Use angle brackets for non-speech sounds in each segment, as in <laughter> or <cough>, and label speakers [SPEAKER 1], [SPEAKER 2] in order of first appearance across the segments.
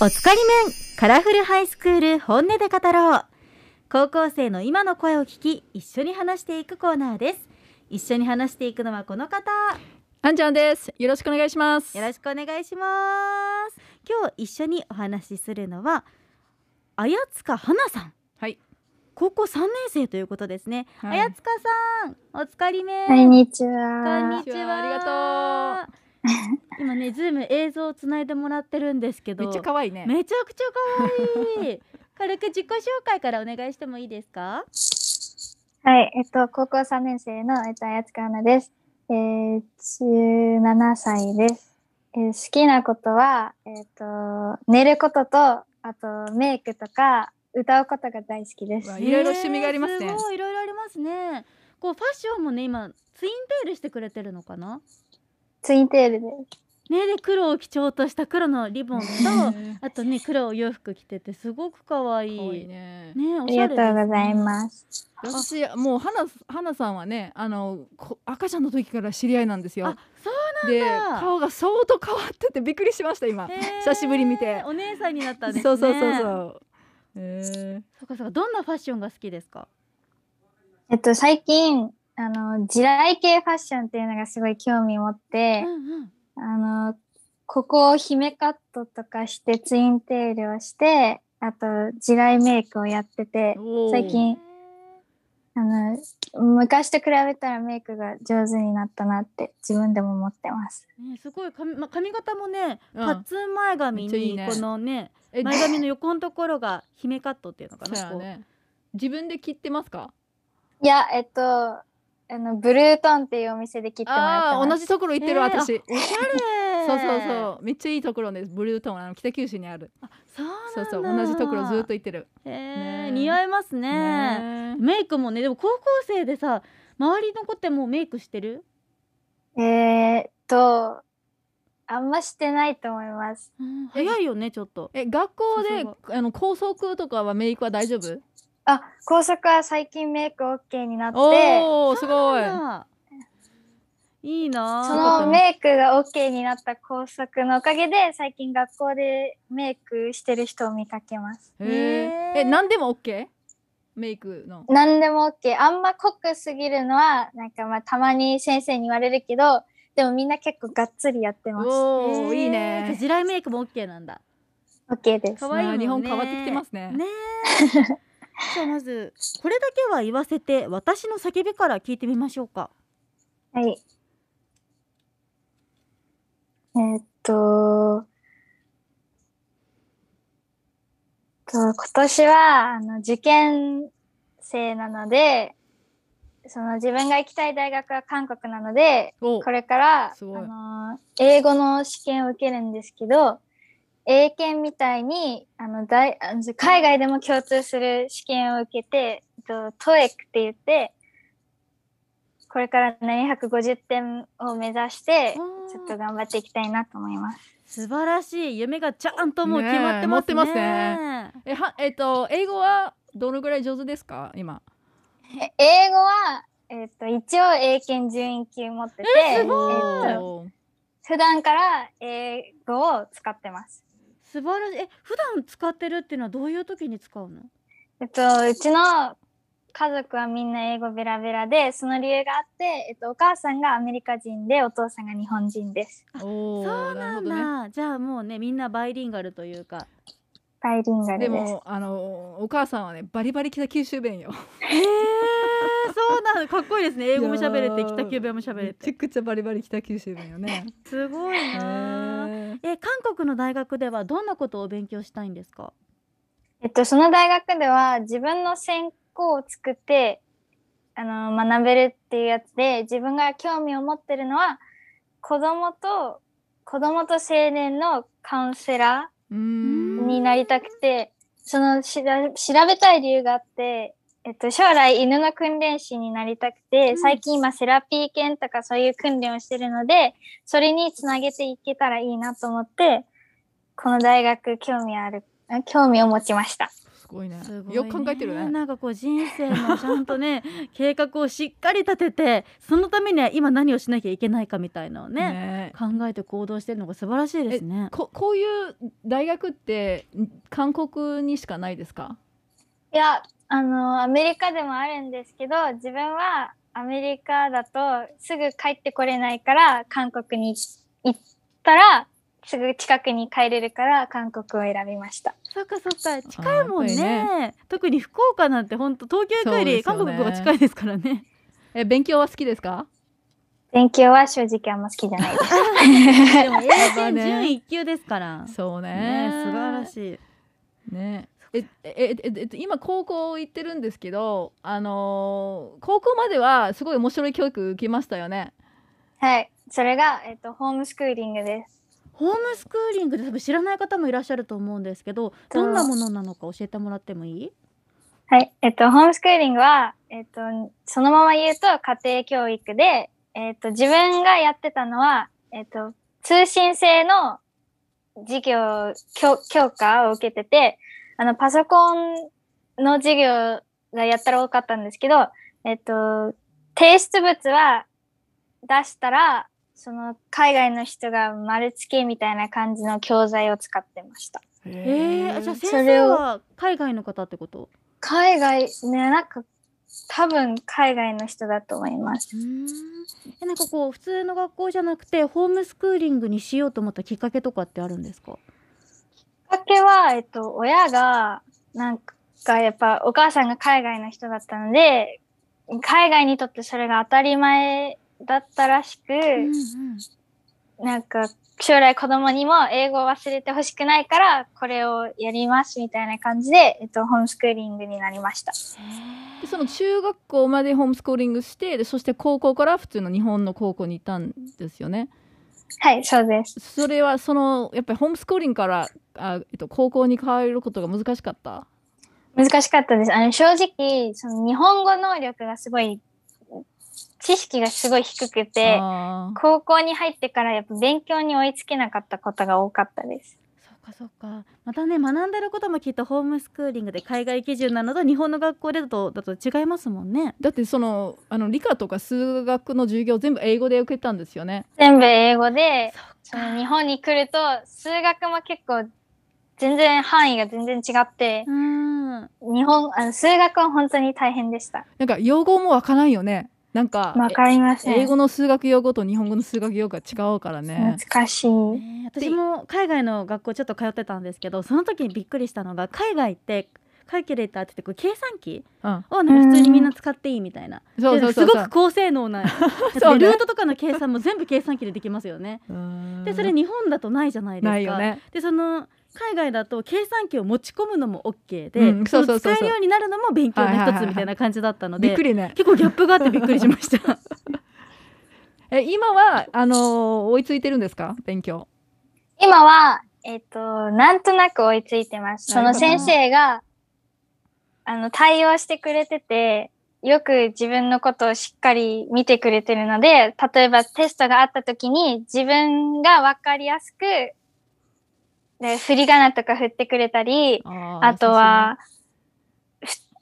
[SPEAKER 1] おつかりめんカラフルハイスクール本音で語ろう高校生の今の声を聞き一緒に話していくコーナーです一緒に話していくのはこの方
[SPEAKER 2] あんちゃんです。よろしくお願いします。
[SPEAKER 1] よろしくお願いします今日一緒にお話しするのは綾塚花さん
[SPEAKER 2] はい
[SPEAKER 1] 高校3年生ということですね、
[SPEAKER 2] はい
[SPEAKER 1] 綾塚さんおつかりめん
[SPEAKER 3] こんにち
[SPEAKER 1] こん
[SPEAKER 3] は
[SPEAKER 1] に。ちは。
[SPEAKER 2] ありが
[SPEAKER 1] とう。 <laughs> 今ね、ズーム映像をつないでもらってるんですけど。
[SPEAKER 2] めっちゃ可愛いね。
[SPEAKER 1] めちゃくちゃ可
[SPEAKER 2] <laughs>
[SPEAKER 1] 愛い。軽く自己紹介からお願いしてもいいですか。
[SPEAKER 3] はい、えっと、高校3年生の、えっと、あやつかなです。えー、17歳です。えー好きなことは、えっと、寝ることと、あと、メイクとか、歌うことが大好きです。
[SPEAKER 2] うわ
[SPEAKER 3] はい
[SPEAKER 2] ろいろ趣味がありますね
[SPEAKER 1] えーすごい、いろいろありますね。こうファッションもね、今ツインテールしてくれてるのかな。
[SPEAKER 3] ツインテールで。
[SPEAKER 1] ね、で黒を基調とした黒のリボンと。
[SPEAKER 2] ね
[SPEAKER 1] <laughs> あとね、黒お洋服着てて、すごく可愛い。
[SPEAKER 2] 可愛いね。
[SPEAKER 1] ね、
[SPEAKER 3] あ
[SPEAKER 1] お
[SPEAKER 3] り
[SPEAKER 1] しゃ
[SPEAKER 3] が
[SPEAKER 1] れです
[SPEAKER 3] と
[SPEAKER 1] ね
[SPEAKER 3] うございます。
[SPEAKER 2] 私もう花花さんはねあのこ赤ちゃんの時から知り合いなんですよ
[SPEAKER 1] あ。、そう
[SPEAKER 2] で
[SPEAKER 1] なんだ
[SPEAKER 2] 顔が相当変わっててびっくりしまし
[SPEAKER 1] <laughs>
[SPEAKER 2] た今。
[SPEAKER 1] へー
[SPEAKER 2] 久しぶり見て
[SPEAKER 1] お姉さんになったんですね。
[SPEAKER 2] そうそうそうそう。え
[SPEAKER 1] そうかそうかどんなファッションが好きですか。
[SPEAKER 3] えっと、最近、あの、地雷系ファッションっていうのがすごい興味持って、
[SPEAKER 1] うん
[SPEAKER 3] あの、ここを姫カットとかしてツインテールをして、あと地雷メイクをやってて
[SPEAKER 2] ー、おー
[SPEAKER 3] 最
[SPEAKER 1] う
[SPEAKER 3] 近
[SPEAKER 1] ん。
[SPEAKER 3] あの、昔と比べたらメイクが上手になったなって自分でも思ってます。
[SPEAKER 1] ね、すごい髪、まあ、髪型もね、
[SPEAKER 2] うん
[SPEAKER 1] パッツン前髪
[SPEAKER 2] めっちゃいい
[SPEAKER 1] に
[SPEAKER 2] ね
[SPEAKER 1] このね
[SPEAKER 2] え
[SPEAKER 1] 前髪の横のところが姫カットっていうのか
[SPEAKER 2] <laughs> そう
[SPEAKER 1] な
[SPEAKER 2] や
[SPEAKER 1] こう
[SPEAKER 2] ね。自分で切ってますか。
[SPEAKER 3] いや、えっと、あの、ブルートンっていうお店で切ってもらっ
[SPEAKER 2] あ
[SPEAKER 3] た
[SPEAKER 2] あー
[SPEAKER 3] の
[SPEAKER 2] 同じところ行って
[SPEAKER 1] え
[SPEAKER 2] る
[SPEAKER 1] ー
[SPEAKER 2] 私。
[SPEAKER 1] おしゃれ
[SPEAKER 2] そうそうそうめっちゃいいところです。ブルートンあの北九州にある。
[SPEAKER 1] そう
[SPEAKER 2] そうそう
[SPEAKER 1] なんだ
[SPEAKER 2] 同じところずっと行ってる。
[SPEAKER 1] へえ
[SPEAKER 2] ね
[SPEAKER 1] 似合いますね
[SPEAKER 2] ね
[SPEAKER 1] メイクもねでも高校生でさ周りの子ってもうメイクしてる
[SPEAKER 3] えーっと、あんましてないと思います。
[SPEAKER 1] 早いよねちょっと
[SPEAKER 2] え学校で
[SPEAKER 1] そう
[SPEAKER 2] あの高速とかはメイクは大丈夫
[SPEAKER 3] あ、高速は最近メイク OK になって、
[SPEAKER 2] おおすごい
[SPEAKER 1] あいいな
[SPEAKER 3] そ
[SPEAKER 1] あ
[SPEAKER 3] のメイクが OK になった校則のおかげで最近学校でメイクしてる人を見かけます。
[SPEAKER 2] へ
[SPEAKER 1] ね
[SPEAKER 2] ええ何でも OK? メイクの
[SPEAKER 3] 何でも OK。あんま濃くすぎるのはなんかまあたまに先生に言われるけど、でもみんな結構がっつりやってます。
[SPEAKER 2] おおいい
[SPEAKER 1] へえじゃあ
[SPEAKER 2] ね
[SPEAKER 1] 地雷メイクも OK なんだ
[SPEAKER 3] OK です。
[SPEAKER 1] 可愛いもんね
[SPEAKER 2] 日本変わってきてますね
[SPEAKER 1] ねえじゃあまずこれだけは言わせて私の叫びから聞いてみましょうか
[SPEAKER 3] はい。えーっと、と今年はあの受験生なので、その自分が行きたい大学は韓国なので、
[SPEAKER 2] お
[SPEAKER 3] これから、
[SPEAKER 2] すごい
[SPEAKER 3] あの英語の試験を受けるんですけど、英検みたいにあの大あの海外でも共通する試験を受けて、えっと TOEIC って言って、これから750点を目指して、ちょっと頑張っていきたいなと思います。
[SPEAKER 1] 素晴らしい夢がちゃんともう決まって
[SPEAKER 2] ねえ持
[SPEAKER 1] ま
[SPEAKER 2] っ
[SPEAKER 1] すね
[SPEAKER 2] てますねえはえっと英語はどのぐらい上手ですか今
[SPEAKER 3] え英語は、えっと一応英検準1級持ってて、
[SPEAKER 1] えすごい
[SPEAKER 3] えっと
[SPEAKER 2] おー
[SPEAKER 3] 普段から英語を使ってます。
[SPEAKER 1] 素晴らしいえ普段使ってるっていうのはどういう時に使うの
[SPEAKER 3] えっと、うちの家族はみんな英語ベラベラで、その理由があって、えっと、お母さんがアメリカ人で、お父さんが日本人です。
[SPEAKER 2] お
[SPEAKER 1] そ
[SPEAKER 2] ー
[SPEAKER 1] うな
[SPEAKER 2] る
[SPEAKER 1] ん
[SPEAKER 2] ほどね
[SPEAKER 1] だ、じゃあもうねみんなバイリンガルというか
[SPEAKER 3] バイリンガルで。
[SPEAKER 2] ですもあのお母さんはねバリバリ北九州弁よ
[SPEAKER 1] へえそうなのかっこいい
[SPEAKER 2] <laughs>
[SPEAKER 1] ですね英語も喋れて北九弁も喋れ
[SPEAKER 2] めちゃ
[SPEAKER 1] て
[SPEAKER 2] くちゃバリバリ北九州弁
[SPEAKER 1] <laughs>
[SPEAKER 2] よね
[SPEAKER 1] すごい
[SPEAKER 2] へ
[SPEAKER 1] な
[SPEAKER 2] ー
[SPEAKER 1] え韓国の大学ではどんなことをお勉強したいんですか
[SPEAKER 3] えっと、その大学では、自分の専攻を作って、あの、学べるっていうやつで、自分が興味を持ってるのは、子供と、子供と青年のカウンセラー、
[SPEAKER 2] うーん
[SPEAKER 3] になりたくて、そのしら調べたい理由があって、えっと、将来犬の訓練士になりたく
[SPEAKER 1] う
[SPEAKER 3] て、
[SPEAKER 1] ん
[SPEAKER 3] 最近今セラピー犬とかそういう訓練をしてるので、それにつなげていけたらいいなと思って、この大学興味ある、あ興味を持ちました。
[SPEAKER 2] すごいね
[SPEAKER 1] すごいね
[SPEAKER 2] よく考えてるね
[SPEAKER 1] なんかこう人生のちゃんとね計画をしっかり立ててそのためには今何をしなきゃいけないかみたいなのをね
[SPEAKER 2] ね
[SPEAKER 1] 考えて行動してるのが素晴らしいですね。
[SPEAKER 2] ここういう大学って韓国にしかないですか
[SPEAKER 3] いや、あの、アメリカでもあるんですけど、自分はアメリカだとすぐ帰ってこれないから、韓国に行ったら、すぐ近くに帰れるから、韓国を選びました。
[SPEAKER 1] そっかそっか近いもんね
[SPEAKER 2] あーやっ
[SPEAKER 1] 特に福岡なんて本当東京よ
[SPEAKER 2] そ
[SPEAKER 1] り
[SPEAKER 2] うですよ
[SPEAKER 1] 韓
[SPEAKER 2] ね
[SPEAKER 1] 国が近いですからね。
[SPEAKER 2] え勉強は好きですか
[SPEAKER 3] 勉強は正直あんま好きじゃないです。
[SPEAKER 1] <laughs> でも英
[SPEAKER 2] ば
[SPEAKER 1] 検
[SPEAKER 2] ね
[SPEAKER 1] 準一級ですから。
[SPEAKER 2] そうね
[SPEAKER 1] ね素晴らしい。
[SPEAKER 2] ねえええええっと今高校行ってるんですけどあのー高校まではすごい面白い教育受けましたよね
[SPEAKER 3] はい。それが、えっと、ホームスクーリングです。
[SPEAKER 1] ホームスクーリングで多分知らない方もいらっしゃると思うんですけど、どんなものなのか教えてもらってもいい？
[SPEAKER 3] はい。えっと、ホームスクーリングは、えっと、そのまま言うと家庭教育で、えっと、自分がやってたのは、えっと、通信制の授業、教教科を受けてて、あの、パソコンの授業がやったら多かったんですけど、えっと、提出物は出したら、その海外の人が丸付けみたいな感じの教材を使ってました。
[SPEAKER 1] ええー、じゃあ先
[SPEAKER 3] そ
[SPEAKER 1] 生
[SPEAKER 3] れを
[SPEAKER 1] は海外の方ってこと？
[SPEAKER 3] 海外ねなんか多分海外の人だと思います
[SPEAKER 1] えなんかこう普通の学校じゃなくてホームスクーリングにしようと思ったきっかけとかってあるんですか？
[SPEAKER 3] きっかけはえっと親がなんかやっぱお母さんが海外の人だったので海外にとってそれが当たり前だったらしく、なんか将来子供にも英語を忘れてほしくないからこれをやりますみたいな感じで、えっと、ホームスクーリングになりました
[SPEAKER 2] でその中学校までホームスクーリングしてでそして高校から普通の日本の高校に行ったんですよね
[SPEAKER 3] はいそうです
[SPEAKER 2] それはそのやっぱりホームスクーリングからあ、えっと、高校に変えることが難しかった
[SPEAKER 3] 難しかったです。あの正直その日本語能力がすごい知識がすごい低くて
[SPEAKER 2] あー
[SPEAKER 3] 高校に入ってからやっぱ勉強に追いつけなかったことが多かったです。
[SPEAKER 1] そうかそうかまたね学んでることもきっとホームスクーリングで海外基準なのと日本の学校でだとだと違いますもんね。
[SPEAKER 2] だってそのあの理科とか数学の授業全部英語で受けたんですよね
[SPEAKER 3] 全部英語でそ
[SPEAKER 1] か
[SPEAKER 3] の日本に来ると数学も結構全然範囲が全然違って
[SPEAKER 1] うん
[SPEAKER 3] 日本あの数学は本当に大変でした。
[SPEAKER 2] なんか用語もわからんよねなんか、
[SPEAKER 3] わかりま
[SPEAKER 2] え
[SPEAKER 3] せん。
[SPEAKER 2] 英語の数学用語と日本語の数学用語が違うからね
[SPEAKER 3] 難しい。
[SPEAKER 1] ね私も海外の学校ちょっと通ってたんですけどその時にびっくりしたのが海外ってカルキュレーターって言ってこう計算機
[SPEAKER 2] うん
[SPEAKER 1] をなんか普通にみんな使っていいみたいな、
[SPEAKER 2] そうそうそ
[SPEAKER 1] で
[SPEAKER 2] うそう
[SPEAKER 1] すごく高性能な
[SPEAKER 2] <laughs> そうね
[SPEAKER 1] ルートとかの計算も全部計算機でできますよね。
[SPEAKER 2] うーん
[SPEAKER 1] でそれ日本だとないじゃないですか。
[SPEAKER 2] ないよね
[SPEAKER 1] でその海外だと計算機を持ち込むのも OK で、
[SPEAKER 2] うんそうそうそうそう
[SPEAKER 1] の使えるようになるのも勉強の一つみたいな感じだったので、
[SPEAKER 2] びっくりね
[SPEAKER 1] 結構ギャップがあってびっくりしました
[SPEAKER 3] <laughs>
[SPEAKER 2] え今はあのー追いついてるんですか勉強
[SPEAKER 3] 今は、えっ、と、なんとなく追いついてます。そ
[SPEAKER 2] なる
[SPEAKER 3] の
[SPEAKER 2] ほど
[SPEAKER 3] 先生が、あの、対応してくれてて、よく自分のことをしっかり見てくれてるので、例えばテストがあった時に自分がわかりやすく、で振り仮名とか振ってくれたり、
[SPEAKER 2] あー
[SPEAKER 3] あとは、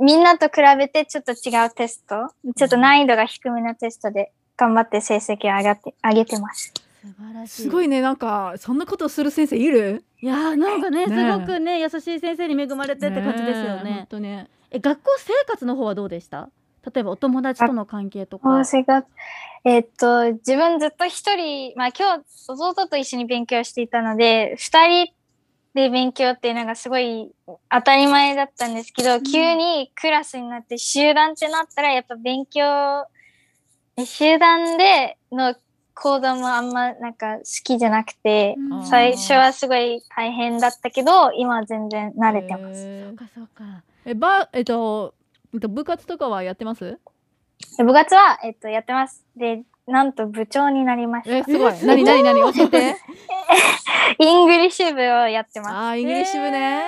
[SPEAKER 3] ふみんなと比べてちょっと違うテスト、ちょっと難易度が低めのテストで頑張って成績を上がって、上げてます。
[SPEAKER 1] 素晴ら
[SPEAKER 2] すごいねなんかそんなことする先生いる
[SPEAKER 1] いやーなんかね
[SPEAKER 2] ねえ
[SPEAKER 1] すごくね優しい先生に恵まれてって感じですよね
[SPEAKER 2] えほんとね
[SPEAKER 1] え学校生活の方はどうでした例えばお友達との関係とか
[SPEAKER 3] あ生活えっと自分ずっと一人まあ今日弟と一緒に勉強していたので二人で勉強っていうのがすごい当たり前だったんですけど、
[SPEAKER 1] ん
[SPEAKER 3] 急にクラスになって集団ってなったらやっぱ勉強集団での行動もあんまなんか好きじゃなくて、
[SPEAKER 1] うん
[SPEAKER 2] さい
[SPEAKER 3] 最初はすごい大変だったけど今は全然慣れてま
[SPEAKER 1] そ
[SPEAKER 3] す。
[SPEAKER 2] え
[SPEAKER 1] うかそうか
[SPEAKER 2] えばえっとえっと部活とかはやってます
[SPEAKER 3] で部活は、えっと、やってます。で、なんと部長になりました。
[SPEAKER 2] えすごい
[SPEAKER 1] えすごい
[SPEAKER 2] 何何何教えて
[SPEAKER 3] イングリッシュ部をやってます。
[SPEAKER 2] あーイングリッシュ部ね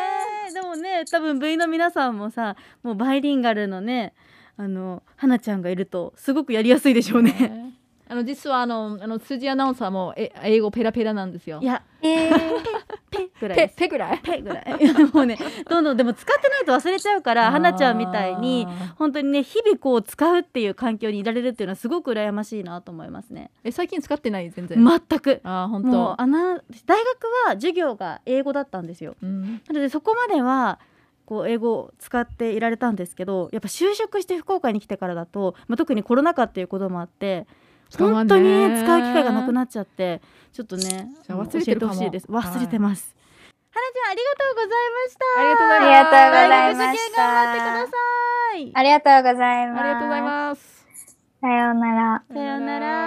[SPEAKER 1] えーでもね多分部員の皆さんもさもうバイリンガルのねあの花ちゃんがいるとすごくやりやすいでしょう
[SPEAKER 2] <laughs>
[SPEAKER 1] ね
[SPEAKER 2] ねあの実はあのあの辻アナウンサーもえ英語ペラペラなんですよ
[SPEAKER 1] いや
[SPEAKER 3] えー、
[SPEAKER 1] ペぐらいで
[SPEAKER 2] ペ
[SPEAKER 1] す。
[SPEAKER 2] ペぐらい
[SPEAKER 1] ペぐらい。 <laughs> もうね、どんどんでも使ってないと忘れちゃうから、はなちゃんみたいに、
[SPEAKER 2] あー
[SPEAKER 1] 本当にね、日々こう使うっていう環境にいられるっていうのはすごく羨ましいなと思いますね。
[SPEAKER 2] え最近使ってない全然、
[SPEAKER 1] 全く。
[SPEAKER 2] あー本
[SPEAKER 1] もう
[SPEAKER 2] 当
[SPEAKER 1] あの大学は授業が英語だったんですよ。
[SPEAKER 2] うん
[SPEAKER 1] なのでそこまではこう英語を使っていられたんですけどやっぱ就職して福岡に来てからだと、まあ、特にコロナ禍っていうこともあって
[SPEAKER 2] 使わ
[SPEAKER 1] 本
[SPEAKER 2] んね
[SPEAKER 1] 当にね使う機会がなくなっちゃってちょっとね
[SPEAKER 2] じゃあ
[SPEAKER 1] あの
[SPEAKER 2] 忘れてるか
[SPEAKER 1] 教え
[SPEAKER 2] も
[SPEAKER 1] ほしいです忘れてます、はなちゃんありがとうございました
[SPEAKER 2] ありが
[SPEAKER 1] 大
[SPEAKER 2] とうございます
[SPEAKER 3] ありがとうございま
[SPEAKER 1] 学受
[SPEAKER 3] し
[SPEAKER 1] 験頑張ってく
[SPEAKER 3] た
[SPEAKER 1] だ。さい
[SPEAKER 3] ありがとうございます。
[SPEAKER 2] ありがとうございます
[SPEAKER 3] さようなら。
[SPEAKER 1] さようなら